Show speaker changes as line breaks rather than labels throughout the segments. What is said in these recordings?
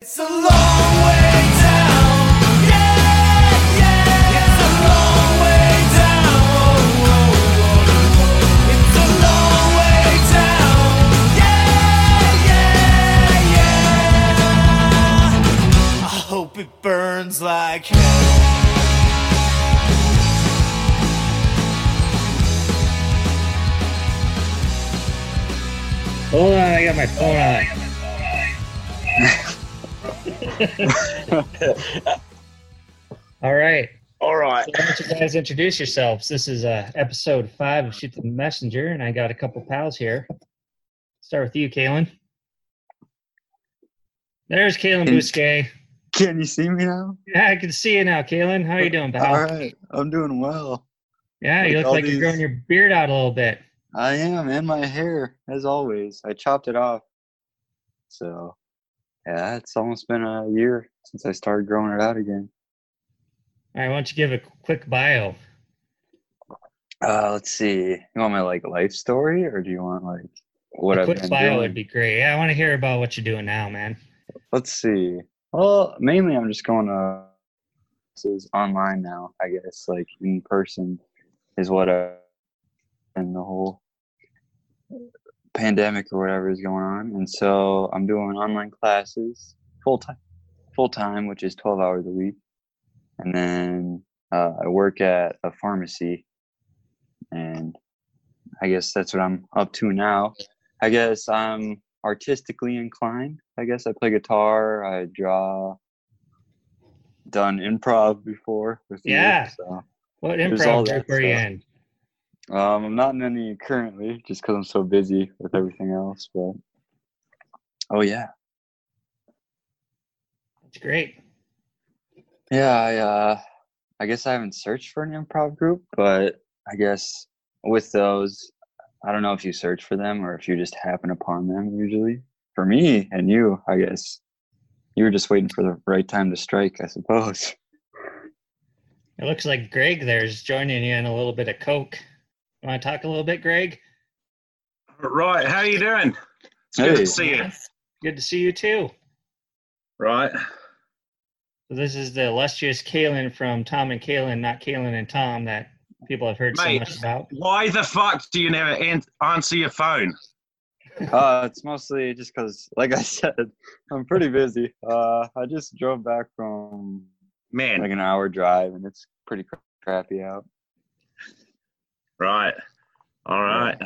It's a long way down. Yeah, yeah. It's a long way down. Oh, oh, oh. It's a long way down. Yeah, yeah, yeah. I hope it burns like hell.
Hold on, I got my phone on. All right.
All right.
So why don't you guys introduce yourselves? This is uh, episode five of Shoot the Messenger, and I got a couple pals here. Start with you, Kalen. There's Kalen Bousquet.
Can you see me now?
Yeah, I can see you now, Kalen. How you doing,
All
pal?
right, I'm doing well.
Yeah, you look
With Uh, all
like you're
these-
growing your beard out a little bit.
I am, and my hair, as always, I chopped it off. So, yeah, it's almost been a year since I started growing it out again.
All right, why don't you give a quick bio?
Uh, let's see. You want my like life story, or do you want like what
A
I've
quick
been
bio
doing?
would be great. Yeah, I want to hear about what you're doing now, man.
Let's see. Well, mainly I'm just going to this is online now. I guess like in person is what uh and the whole pandemic or whatever is going on, and so I'm doing online classes full time, full time, which is 12 hours a week, and then uh, I work at a pharmacy, and I guess that's what I'm up to now. I guess I'm artistically inclined. I guess I play guitar, I draw, done improv before with you,
Yeah.
so.
What
There's all
improv
that
group are you
stuff.
in?
Um, I'm not in any currently, just because I'm so busy with everything else. But oh yeah,
It's great.
yeah. I uh, I guess I haven't searched for an improv group, but I guess with those, I don't know if you search for them or if you just happen upon them. Usually, for me and you, I guess you were just waiting for the right time to strike. I suppose.
It looks like Greg there's joining you in a little bit of Coke. You want to talk a little bit, Greg?
Right. How you doing? It's good
Hey.
to see you.
Good to see you too.
Right.
So this is the illustrious Kalen from Tom and Kalen, not Kalen and Tom that people have heard so
Mate.
much about.
Why the fuck do you never an- answer your phone?
Uh, it's mostly just because, like I said, I'm pretty busy. Uh, I just drove back from like
Man.
an hour drive, and it's pretty cra- crappy out.
Right. All right.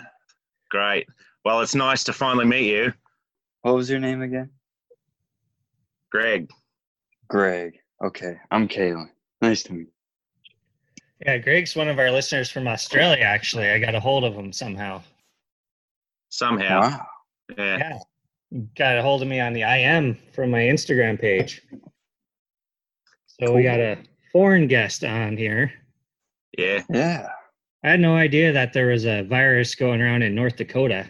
Great. Well, it's nice to finally meet you,
What was your name again?
Greg.
Greg. Okay, I'm Kaylin. Nice to meet.
Yeah, Greg's one of our listeners from Australia. Actually, I got a hold of him somehow.
you.
Somehow.
Wow.
Yeah.
Yeah, got a hold of me on the IM from my Instagram page. So we got a foreign guest on here.
Yeah.
Yeah.
I had no idea that there was a virus going around in North Dakota.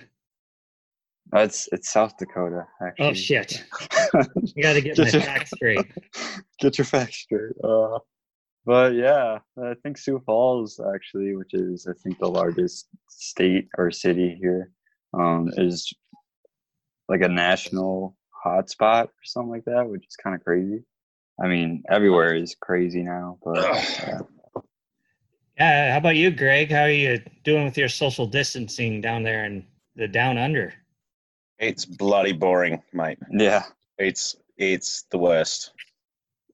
Uh, It's it's South Dakota. Actually.
Oh shit! You got to get my
Just-
facts straight.
Get your facts straight. Uh, but yeah, I think Sioux Falls actually, which is I think the largest state or city here, um, is like a national hotspot or something like that, which is kind of crazy. I mean, everywhere is crazy now, but uh,
Yeah, how about you, Greg? How are you doing with your social distancing down there in the down under?
It's bloody boring, mate.
yeah.
It's it's the worst.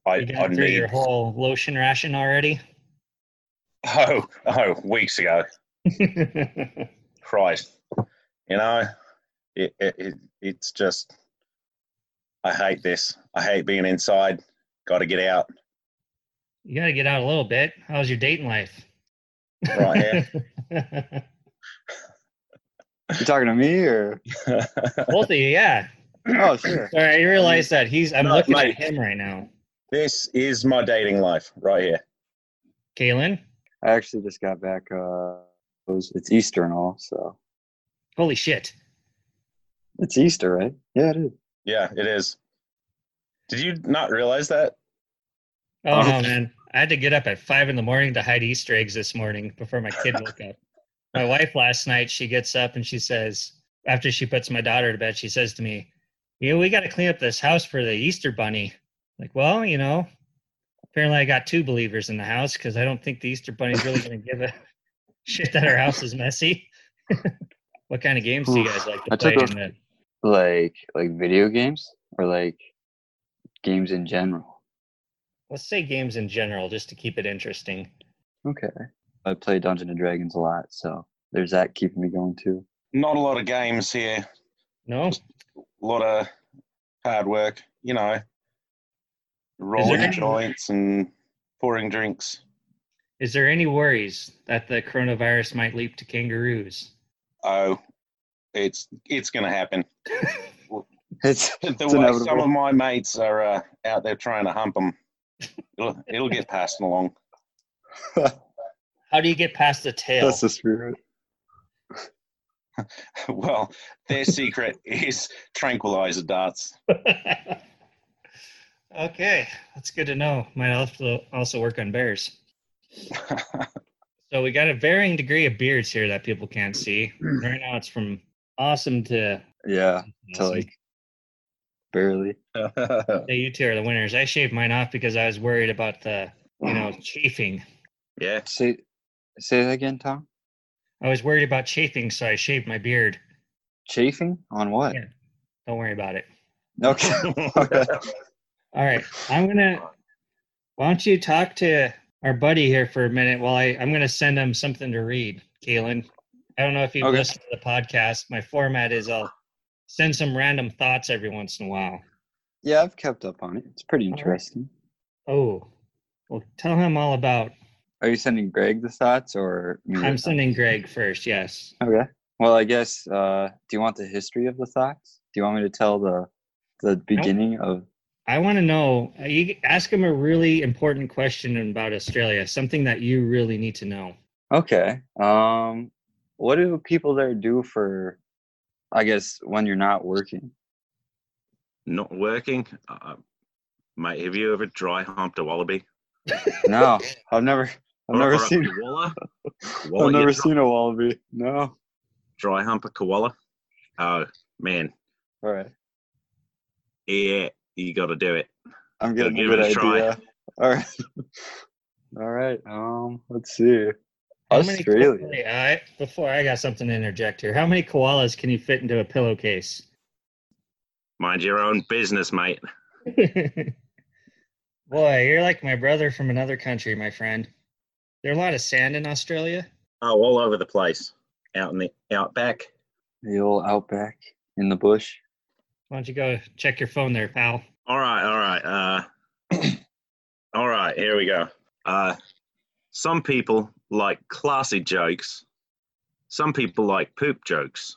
I,
You
I
got through
need
your whole lotion ration already?
oh oh weeks ago. Christ, you know, it, it, it it's just I hate this. I hate being inside. Got to get out.
you got to get out a little bit. How's your dating life?
Right
You talking to me or?
here.
Both of you, yeah.
Oh, sure.
All right, I realize that he's. I'm
No,
looking
mate.
at him right now.
this is my dating life right here.
Kalen,
I actually just got back. Uh, it was- it's Easter and all, so
holy shit!
it's Easter, right? Yeah, it is.
Yeah, it is. Did you not realize that?
Oh
Oh.
no, man! I had to get up at five in the morning to hide Easter eggs this morning before my kid woke up. My wife last night, she gets up and she says, after she puts my daughter to bed, she says to me, yeah, we got to clean up this house for the Easter bunny. Like, well, you know, apparently I got two believers in the house because I don't think the Easter bunny's really going to give a shit that our house is messy. what kind of games do you guys like to
I
play
took a-
in the
Like like video games or like games in general.
let's say games in general just to keep it interesting
Okay. I play Dungeons and Dragons a lot, so there's that keeping me going too.
Not a lot of games here.
no
A lot of hard work, you know, rolling
any-
joints and pouring drinks.
is there any worries that the coronavirus might leap to kangaroos
Oh, it's it's going to happen.
It's
The
It's
way
inevitable.
some of my mates are uh, out there trying to hump them, it'll, it'll get passed along.
how do you get past the tail
that's the spirit.
Well, their secret is tranquilizer darts.
okay that's good to know might also also work on bears so we got a varying degree of beards here that people can't see right now it's from awesome to
Yeah. To
awesome.
like barely.
Yeah, you two are the winners i shaved mine off because i was worried about the you know chafing
Yeah.
Say say that again, Tom.
i was worried about chafing so i shaved my beard
Chafing on what?
Yeah. don't worry about it
Okay. okay.
All right, I'm gonna. Why don't you talk to our buddy here for a minute while I I'm gonna send him something to read, Kalen. I don't know if you've
Okay.
listened to the podcast. My format is I'll send some random thoughts every once in a while.
Yeah, I've kept up on it. It's pretty
right.
interesting.
Oh, well, tell him all about.
Are you sending Greg the thoughts or me the
I'm
thoughts?
sending Greg first. Yes.
Okay. Well, I guess. Uh, do you want the history of the thoughts? Do you want me to tell the the beginning of?
I want to know. uh, You ask him a really important question about Australia, something that you really need to know.
Okay. Um, what do people there do for? I guess when you're not working.
Not working. Uh, mate, have you ever dry humped a wallaby?
No, I've never. I've
Or-
never
or a
seen.
koala.
I've
koala you
never
dry,
seen a wallaby. No.
dry hump a koala. Oh man,
All right.
yeah, you got to do it.
I'm
Gotta
getting
give
a good
it a try.
idea. All right. All right. Um. Let's see.
How many
Australia.
koala- I- before I got something to interject here, how many koalas can you fit into a pillowcase?
Mind your own business, mate.
Boy, you're like my brother from another country, my friend. There are a lot of sand in Australia.
Oh, all over the place. Out in the outback.
The old outback in the bush.
Why don't you go check your phone there, pal?
All right, all right. Uh, all right, here we go. Uh, some people like classy jokes. Some people like poop jokes.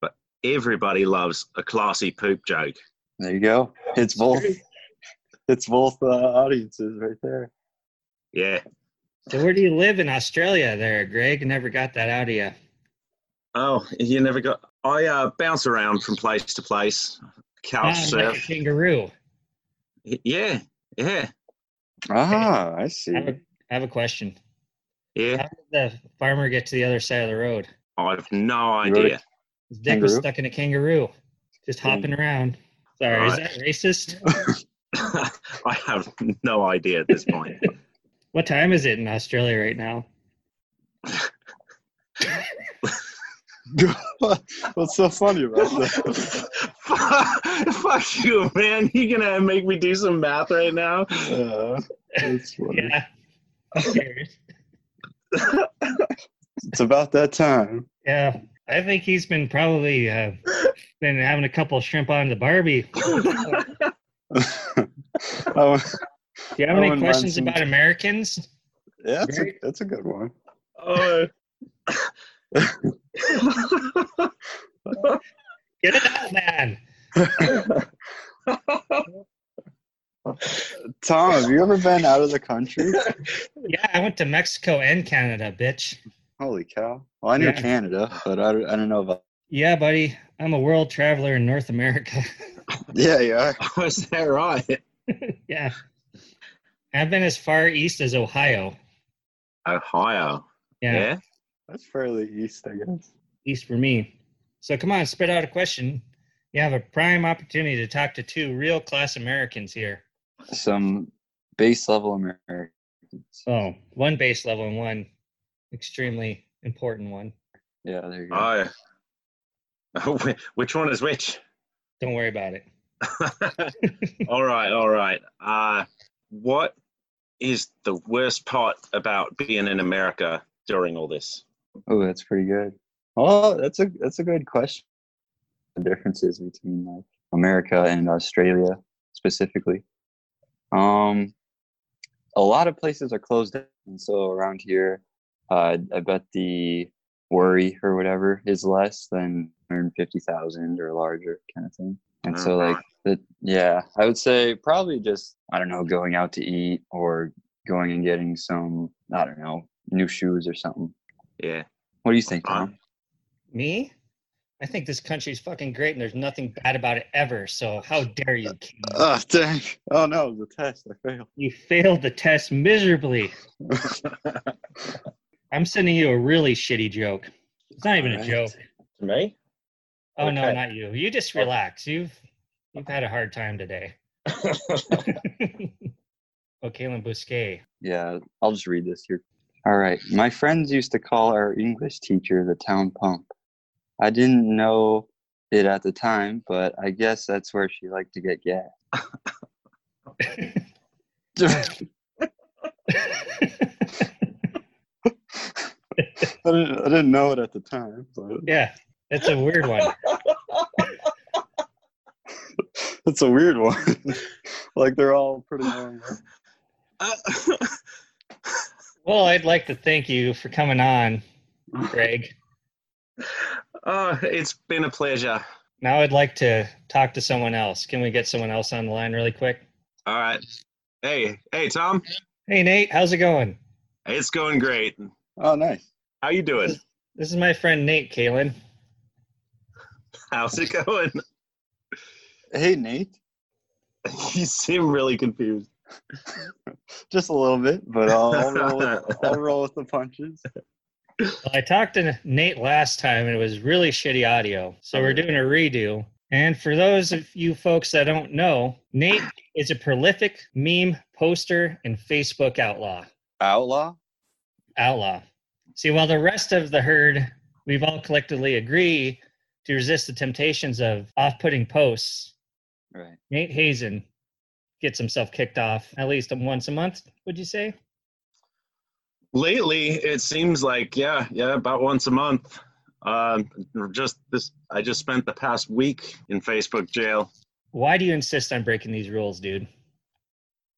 But everybody loves a classy poop joke.
There you go. It's both. It's both uh, audiences right there.
Yeah.
So, where do you live in Australia there, Greg? Never got that out of you.
Oh, you never got. I uh, bounce around from place to place, couch
Ah, I'm like a
surf.
kangaroo.
Yeah, yeah,
Ah, I
I
see.
have a, I have a question.
yeah.
How did the farmer get to the other side of the road?
I've no
You wrote
idea.
His dick was
Kangaroo? Hmm.
stuck in a kangaroo, just hopping around. Sorry, is
Right.
that racist?
I have no idea at this point.
What time is it in Australia right now?
What's so funny about that?
fuck, fuck you, man. You're gonna make me do some math right now.
Uh, it's, funny.
Yeah. I'm serious.
it's about that time.
Yeah, I think he's been probably uh, been having a couple shrimp on the Barbie. Do
oh,
you have
I
any
wouldn't mind
questions
some-
about Americans?
yeah, that's a, that's a good one.
oh.
Get it out, man.
Tom, have you ever been out of the country?
Yeah, I went to Mexico and Canada, bitch.
Holy cow! Well, I knew
Yeah.
Canada, but I, don't- I don't know about.
Yeah, buddy, I'm a world traveler in North America.
Yeah, yeah.
Is that right?
yeah, I've been as far east as Ohio.
Oh, Ohio.
Yeah,
Yeah.
That's fairly east, I guess.
east for me. So come on, spit out a question. You have a prime opportunity to talk to two real class Americans here.
Some base level Americans.
Oh, one base level and one extremely important one.
Yeah, there you go.
Oh,
Oh,
wh- which one is which?
Don't worry about it.
all right, all right. Uh, what is the worst part about being in America during all this?
oh, that's pretty good. Oh, that's a that's a good question. The differences between like America and Australia specifically. Um, a lot of places are closed down, and so around here, uh, I bet the worry or whatever is less than 150,000 or larger kind of thing. And so,
Mhm.
like, the, yeah, I would say probably just, I don't know, going out to eat or going and getting some, I don't know, new shoes or something.
Yeah.
What do you think,
Uh-huh.
Tom?
Me? I think this country's fucking great and there's nothing bad about it ever. So how dare you? kid?
Oh, dang. Oh, no, it was a test. I failed.
You failed the test miserably. I'm sending you a really shitty joke. It's not even a
Alright.
joke.
Me?
Oh no,
Okay.
not you. You just relax. You've you've had a hard time today. oh, Kalen Bousquet.
Yeah, I'll just read this here. All right. My friends used to call our English teacher the town pump. I didn't know it at the time, but I guess that's where she liked to get gas. I, didn't, I didn't know it at the time, but
yeah, that's a weird one.
that's a weird one. like, they're all pretty normal.
Uh,
Well, I'd like to thank you for coming on, Greg.
Oh, it's been a pleasure.
Now I'd like to talk to someone else. Can we get someone else on the line really quick?
All right. Hey, hey, Tom.
Hey Nate, how's it going?
It's going great.
Oh, nice.
How you doing?
This is my friend Nate Kalen.
How's it going?
Hey, Nate.
you seem really confused.
Just a little bit, but I'll, I'll, roll, with, I'll roll with the punches.
Well, I talked to Nate last time and it was really shitty audio. So we're doing a redo. And for those of you folks that don't know, Nate is a prolific meme poster and Facebook outlaw.
Outlaw?
Outlaw. See, while the rest of the herd, we've all collectively agree to resist the temptations of off-putting posts,
Right.
Nate Hazen gets himself kicked off at least once a month, would you say?
Lately, it seems like yeah, yeah, about once a month. Um, just this, I just spent the past week in Facebook jail
Why do you insist on breaking these rules, dude?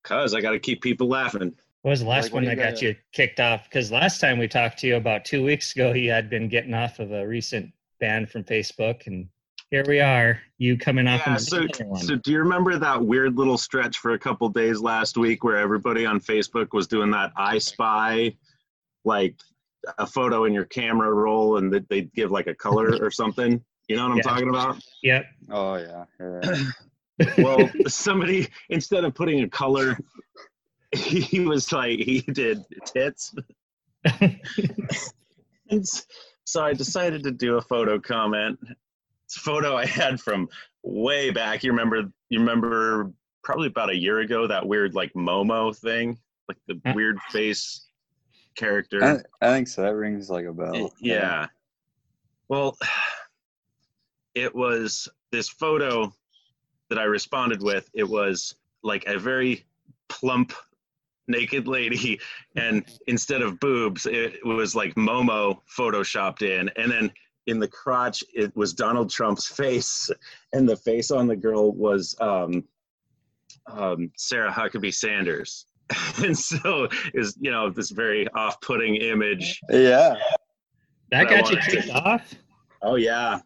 because I got to keep people laughing.
What was the last
Like,
one
what do
that
you
got
gotta-
you kicked off? Because last time we talked to you about two weeks ago, you had been getting off of a recent ban from Facebook, and here we are, you coming off
Yeah,
of
so,
another one.
so do you remember that weird little stretch for a couple days last week where everybody on Facebook was doing that I spy, like a photo in your camera roll and that they'd give like a color or something? You know what I'm
Yeah.
talking about?
yep.
Oh, yeah. yeah.
Well, somebody, instead of putting a color, he was like, he did tits. And s- so I decided to do a photo comment. It's a photo I had from way back. You remember? You remember? Probably about a year ago. That weird like Momo thing, like the
Huh?
weird face character.
I, I think so. That rings like a
Oh,
bell.
Yeah. Well, it was this photo that I responded with. It was like a very plump, naked lady, and instead of boobs, it was like Momo photoshopped in, and then in the crotch, it was Donald Trump's face, and the face on the girl was um, um, Sarah Huckabee Sanders. And so is you know this very off-putting image
Yeah.
That
But I
got you
wanted to-
kicked off?
Oh yeah,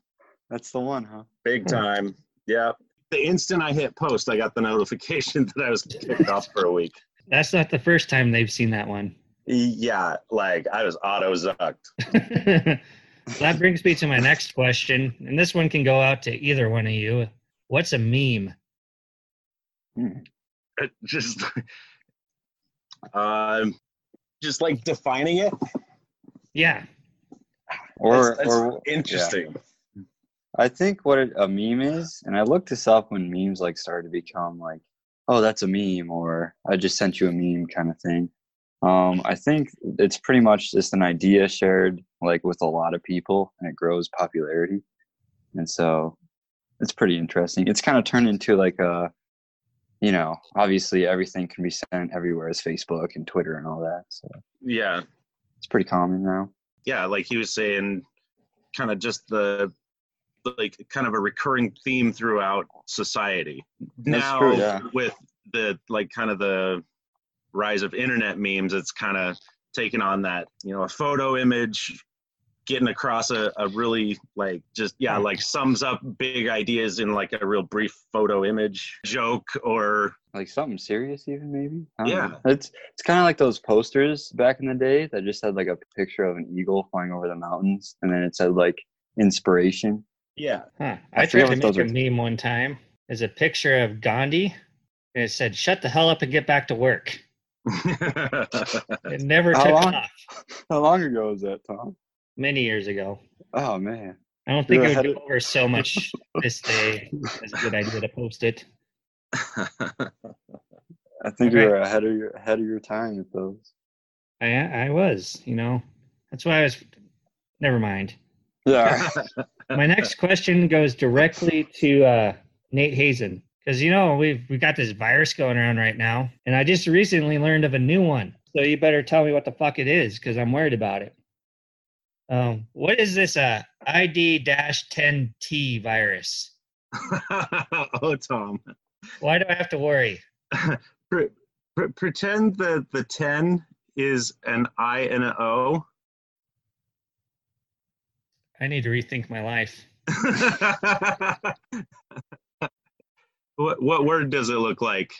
That's the one, huh?
big time. Yep. The instant I hit post, I got the notification that I was kicked off for a week.
That's not the first time they've seen that one.
Yeah, like I was auto zucked.
that brings me to my next question, and this one can go out to either one of you. What's a meme?
It Just, um, just like defining it.
Yeah,
Or
That's- that's
or
interesting.
I think what a meme is, and I looked this up when memes like started to become like, oh, that's a meme, or I just sent you a meme kind of thing. Um, I think it's pretty much just an idea shared like with a lot of people, and it grows popularity, and so it's pretty interesting. It's kind of turned into like a, you know, obviously everything can be sent everywhere as Facebook and Twitter and all that, so
Yeah,
it's pretty common now.
yeah, like he was saying, kind of just the like kind of a recurring theme throughout society. now
true, yeah.
with the like kind of the rise of internet memes, it's kind of taken on that you know a photo image getting across a, a really like just yeah like sums up big ideas in like a real brief photo image joke or
like something serious even maybe I
Yeah.
know. it's it's kind of like those posters back in the day that just had like a picture of an eagle flying over the mountains and then it said like inspiration
Yeah.
Huh.
I
I
forget
tried
what
to
those
make a meme one time. There's a picture of Gandhi, and it said, "Shut the hell up and get back to work." It never
How
took
long?
off.
how long ago was that tom
Many years ago.
oh man
I don't think
Yeah,
it
how
would go
did-
over so much this day. It's a good idea to post it.
i think you
Okay.
were ahead of your ahead of your time with those
I I was, you know, that's why I was. Never mind.
yeah
My next question goes directly to uh, Nate Hazen because you know we've we have got this virus going around right now, and I just recently learned of a new one. So you better tell me what the fuck it is because I'm worried about it. Um, what is this uh, ID-10T virus?
oh tom
Why do I have to worry?
Pre- pre- pretend that the 10 is an I and an O.
I need to rethink my life.
what, what word does it look like?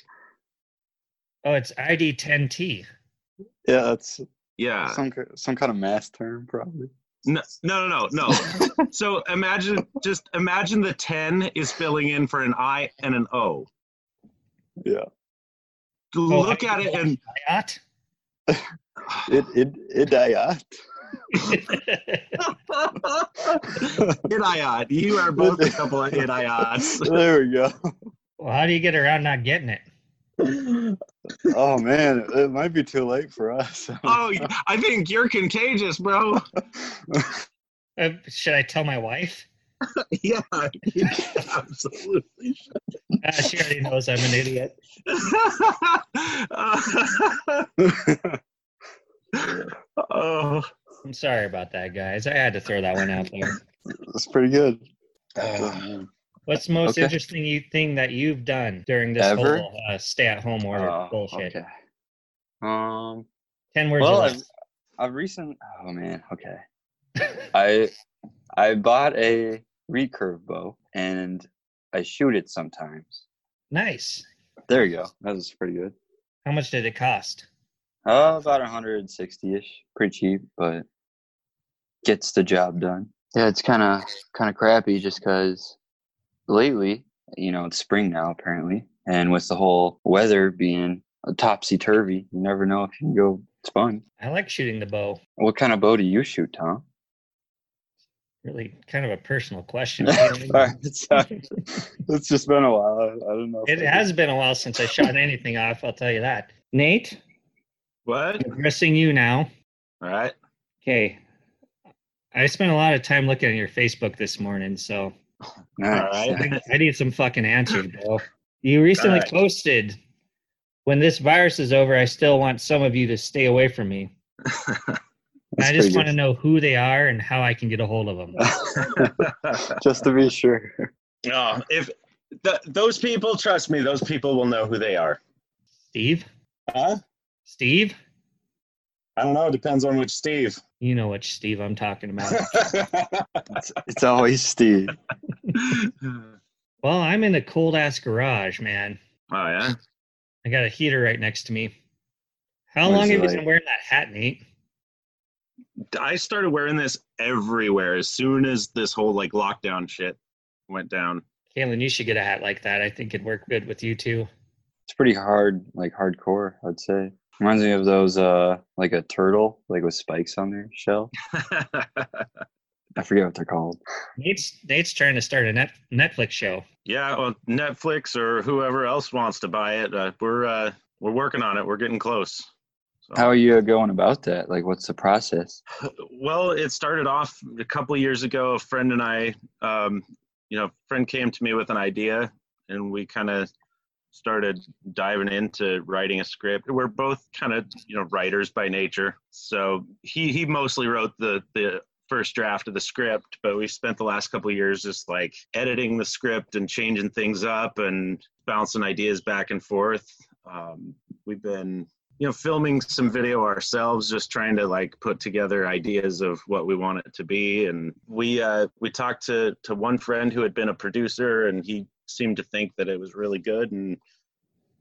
Oh, it's ID-10T.
yeah that's
Yeah.
some ki- some kind of math term probably
No, no, no, no. no. so imagine, just imagine the 10 is filling in for an I and an O.
yeah
Look at it and
Iot?
it it it died
idiot. You are both a couple of idiots.
there we go
well, how do you get around not getting it?
oh man it might be too late for us
Oh, I think you're contagious, bro.
Uh, should I tell my wife?
Yeah, absolutely.
Uh, she already knows I'm an idiot.
oh,
I'm sorry about that, guys. I had to throw that one out there.
that's pretty good Oh,
What's the most
Okay.
interesting you, thing that you've done during this
Ever?
whole uh, stay-at-home order
Oh,
bullshit?
Okay. Um.
Ten words
Well,
or
I've,
less.
I've recent. Oh man. Okay. I I bought a recurve bow and I shoot it sometimes.
Nice.
There you go. That was pretty good.
How much did it cost?
Uh, about 160 ish. Pretty cheap, but gets the job done. Yeah, it's kind of kind of crappy just because lately, you know, it's spring now apparently, and with the whole weather being topsy turvy, you never know if you can go spun.
I like shooting the bow.
What kind of bow do you shoot, Tom?
Really, kind of a personal question.
Alright, sorry. it's just been a while. I, I don't know. if
it
I
has been a while since I shot anything off. I'll tell you that. Nate,
what?
I'm addressing you now.
All right.
Okay. I spent a lot of time looking at your Facebook this morning, so
did. Nice.
All right.
I, I need some fucking answers, bro. You recently
Alright.
posted, "When this virus is over, I still want some of you to stay away from me." And
That's
I just
pretty
want to know who they are and how I can get a hold of them.
good. just to be sure.
Oh, if th- those people, trust me, those people will know who they are.
Steve,
Huh?
Steve,
I don't know. It depends on which Steve.
you know which Steve I'm talking about.
It's, it's always Steve.
oh
well, I'm in a cold ass garage, man.
yeah.
I got a heater right next to me. How
What is
long
it
have you
like?
been wearing that hat, Nate?
I started wearing this everywhere as soon as this whole like lockdown shit went down.
Kaylin, you should get a hat like that. I think it'd work good with you too.
It's pretty hard, like hardcore, I'd say. Reminds me of those uh like a turtle, like with spikes on their shell. I forget what they're called.
Nate's Nate's trying to start a net, Netflix show.
Yeah, well, Netflix or whoever else wants to buy it. Uh, we're uh, we're working on it. We're getting close. So,
How are you going about that? Like, what's the process?
well, it started off a couple of years ago. A friend and I, um, you know, a friend came to me with an idea, and we kind of started diving into writing a script. We're both kind of you know writers by nature, so he he mostly wrote the the first draft of the script, but we spent the last couple of years just like editing the script and changing things up and bouncing ideas back and forth. Um, we've been you know filming some video ourselves just trying to like put together ideas of what we want it to be and we uh we talked to to one friend who had been a producer and he seemed to think that it was really good and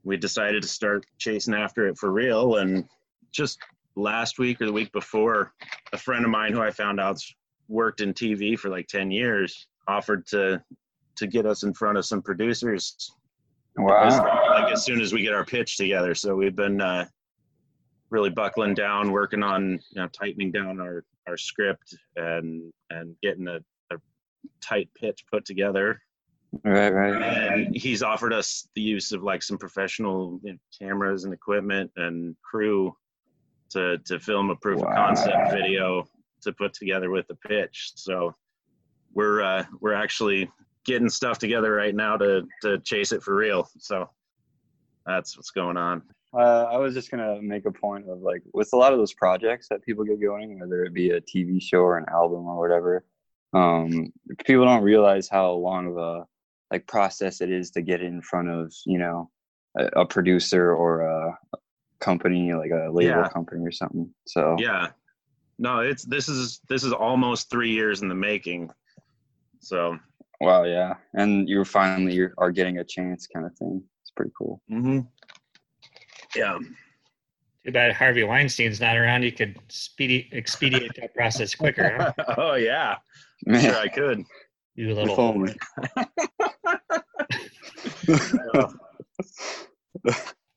we decided to start chasing after it for real and just last week or the week before a friend of mine who i found out's worked in tv for like 10 years offered to to get us in front of some producers as-
Wow.
like as soon as we get our pitch together. So we've been uh, really buckling down, working on you know tightening down our our script and and getting a, a tight pitch put together.
Right, right.
And he's offered us the use of like some professional you know, cameras and equipment and crew to to film a proof
Wow.
of concept video to put together with the pitch. So we're uh, we're actually getting stuff together right now to to chase it for real. So that's what's going on.
Uh, I was just gonna make a point of like with a lot of those projects that people get going, whether it be a TV show or an album or whatever, um, people don't realize how long of a like process it is to get in front of you know a, a producer or a company like a label
Yeah.
company or something. So
Yeah. No, it's this is this is almost three years in the making. So
wow, yeah, and you finally you are getting a chance, kind of thing. It's pretty cool.
mm-hmm. yeah.
Too bad Harvey Weinstein's not around. You could speedy expedite that process quicker. Huh?
oh yeah. Sure I could.
You
if
little
only.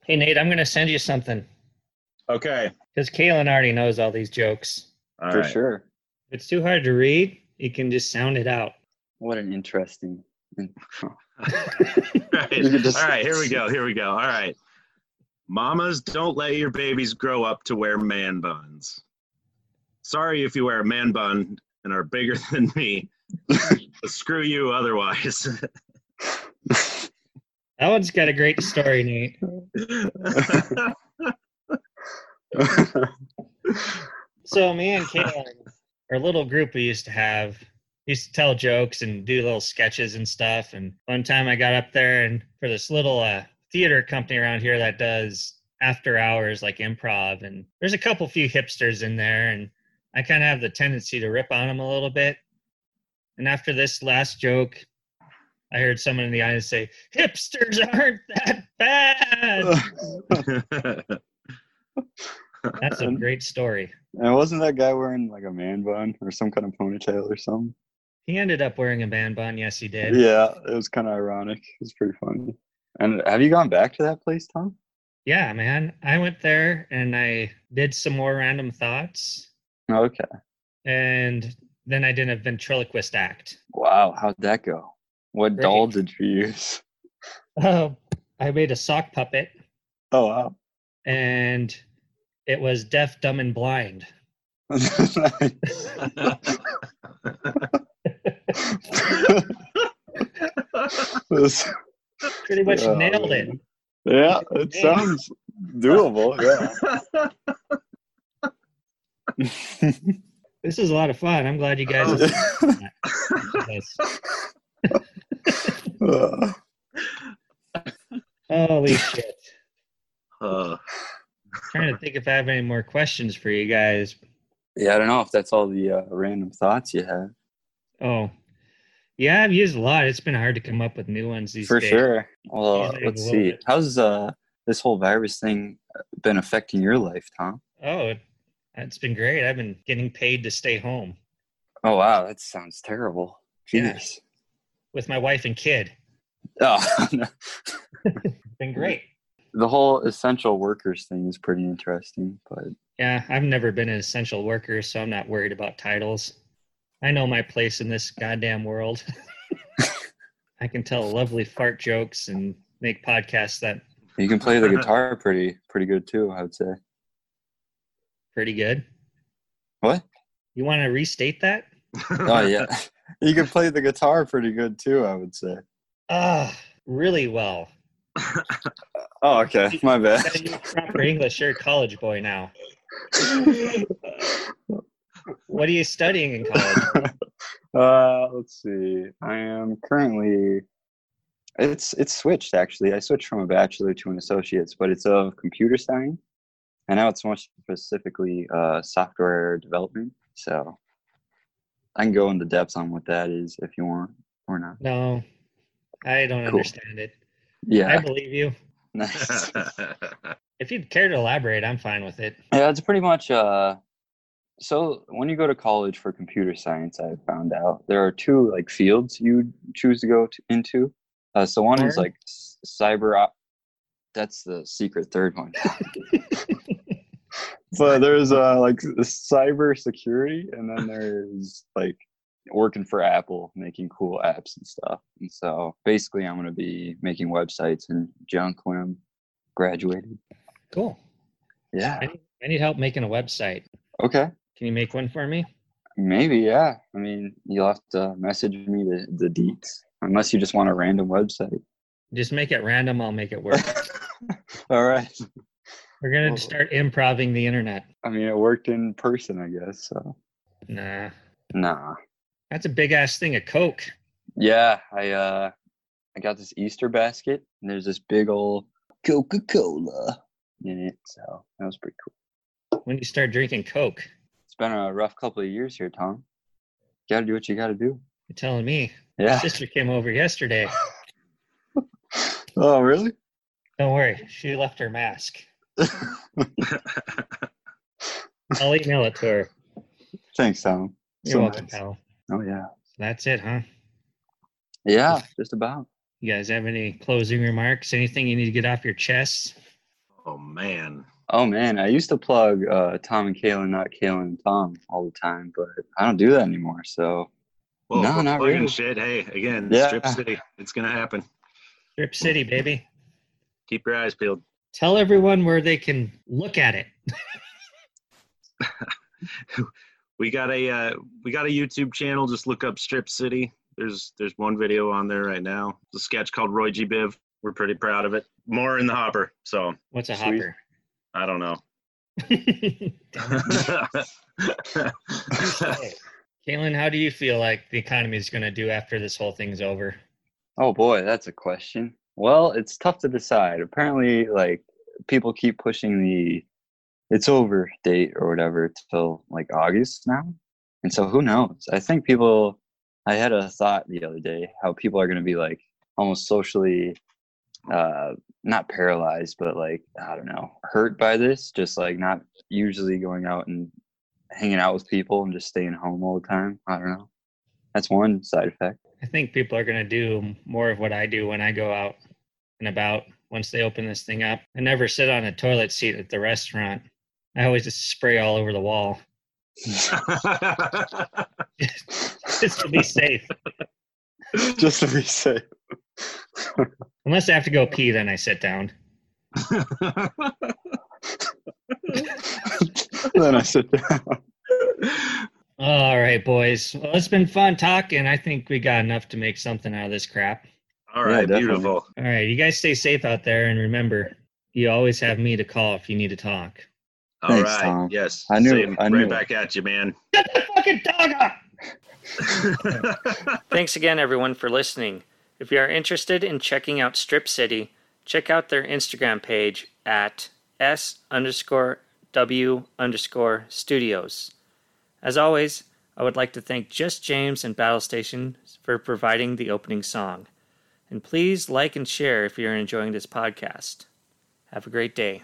Hey Nate, I'm gonna send you something
Okay.
because Kalen already knows all these jokes.
All
for
right.
sure.
If it's too hard to read, you can just sound it out.
What an interesting.
All right.
You could just-
All right, here we go. Here we go. All right. Mamas, don't let your babies grow up to wear man buns. Sorry if you wear a man bun and are bigger than me. but screw you otherwise.
That one's got a great story, Nate. So me and Caitlin, our little group we used to have, used to tell jokes and do little sketches and stuff. And one time I got up there and for this little uh, theater company around here that does after hours like improv, and there's a couple few hipsters in there, and I kind of have the tendency to rip on them a little bit. And after this last joke, I heard someone in the audience say, "Hipsters aren't that bad." That's a great story.
And wasn't that guy wearing like a man bun or some kind of ponytail or something?
He ended up wearing a band bun. Yes, he did.
Yeah, it was kind of ironic. It was pretty funny. And have you gone back to that place, Tom?
Yeah, man. I went there and I did some more random thoughts.
Okay.
And then I did a ventriloquist act.
Wow, how'd that go? What
Great.
doll did you use?
Oh, I made a sock puppet
Oh wow,
and it was deaf, dumb, and blind.
This-
Pretty much
Yeah,
nailed it.
man. yeah, it
Hey.
sounds doable. Yeah.
This is a lot of fun. I'm glad you guys.
Uh,
Holy shit.
Oh,
Uh,
trying to think if I have any more questions for you guys.
yeah, I don't know if that's all the uh, random thoughts you had.
Oh, yeah, I've used a lot. It's been hard to come up with new ones these
For
days.
sure. Well,
Usually
let's
a little
see.
bit.
How's uh, this whole virus thing uh, been affecting your life, Tom?
Oh, it- it's been great. I've been getting paid to stay home
Oh wow, that sounds terrible.
Yeah.
Jeez.
with my wife and kid. Mm.
Oh, no.
Been great.
the whole essential workers thing is pretty interesting, but
Yeah, I've never been an essential worker, so I'm not worried about titles. I know my place in this goddamn world. I can tell lovely fart jokes and make podcasts that
You can play the guitar pretty pretty good too. I would say.
pretty good.
What?
You want to restate that?
Oh yeah, you can play the guitar pretty good too. I would say.
Ah, really well.
Oh okay, my bad.
Gotta use Proper English. You're a college boy now. What are you studying in college?
uh, let's see. I am currently. It's it's switched actually. I switched from a bachelor to an associate's, but it's of computer science, and now it's more specifically uh, software development. So I can go into depth on what that is if you want or not.
No, I don't
Cool.
understand it. I
Yeah,
believe you.
nice.
If you'd care to elaborate, I'm fine with it.
Yeah, it's pretty much. Uh, so when you go to college for computer science, I found out there are two like fields you choose to go to, into. Uh, so one is
Learn.
like s- cyber. Op- that's the secret third one. but there's uh, like cyber security, and then there's like working for Apple, making cool apps and stuff. And so basically, I'm gonna be making websites and junk when I'm graduating.
Cool.
Yeah.
I need help making a website.
Okay.
Can you make one for me?
Maybe, yeah. I mean, you'll have to message me the, the deets, unless you just want a random website.
Just make it random. I'll make it work.
All right.
We're gonna
Well-
start improving the internet.
I mean, it worked in person, I guess. So,
Nah,
nah.
that's a big ass thing of coke.
Yeah, I uh, I got this Easter basket, and there's this big old Coca Cola in it. So that was pretty cool.
When you start drinking coke,
It's been a rough couple of years here, Tom. You gotta do what you gotta do.
you're telling me.
Yeah.
Sister came over yesterday.
Oh, really?
Don't worry, she left her mask. I'll email it to her.
Thanks, Tom.
You're
So
welcome,
nice.
pal.
Oh yeah.
That's it, huh?
Yeah, just about.
You guys have any closing remarks? Anything you need to get off your chest?
oh man.
Oh man, I used to plug uh, Tom and Kalen, not Kalen and Tom, all the time, but I don't do that anymore. So
Well,
No,
we're
not
playing
really.
Shit. Hey, again,
Yeah.
Strip City. It's gonna happen.
Strip City, baby.
Keep your eyes peeled.
Tell everyone where they can look at it.
We got a uh, we got a YouTube channel. Just look up Strip City. There's there's one video on there right now. It's a sketch called Roy G. Biv. We're pretty proud of it. More in the hopper. So
What's a
Sweet.
hopper?
I don't know.
Caitlin, how do you feel like the economy is going to do after this whole thing's over?
Oh boy, that's a question. Well, it's tough to decide. Apparently, like people keep pushing the it's over date or whatever till like August now. And so who knows? I think people I had a thought the other day how people are going to be like almost socially uh not paralyzed but like I don't know, hurt by this, just like not usually going out and hanging out with people and just staying home all the time. I don't know. That's one side effect.
I think people are going to do more of what I do when I go out and about once they open this thing up. I never sit on a toilet seat at the restaurant. I always just spray all over the wall just to be safe.
just to be safe.
Unless I have to go pee, then I sit down.
then I sit down.
All right, boys. Well, it's been fun talking. I think we got enough to make something out of this crap.
All right,
definitely.
beautiful.
All right, you guys stay safe out there, and remember, you always have me to call if you need to talk.
All right.
Thanks, Tom.
Yes.
I knew-
Same.
I
Right
knew.
back at you, man.
Shut the fucking dog up! Thanks again, everyone, for listening. If you are interested in checking out Strip City, check out their Instagram page at s underscore w underscore studios. As always, I would like to thank Just James and Battle Station for providing the opening song. And please like and share if you're enjoying this podcast. Have a great day.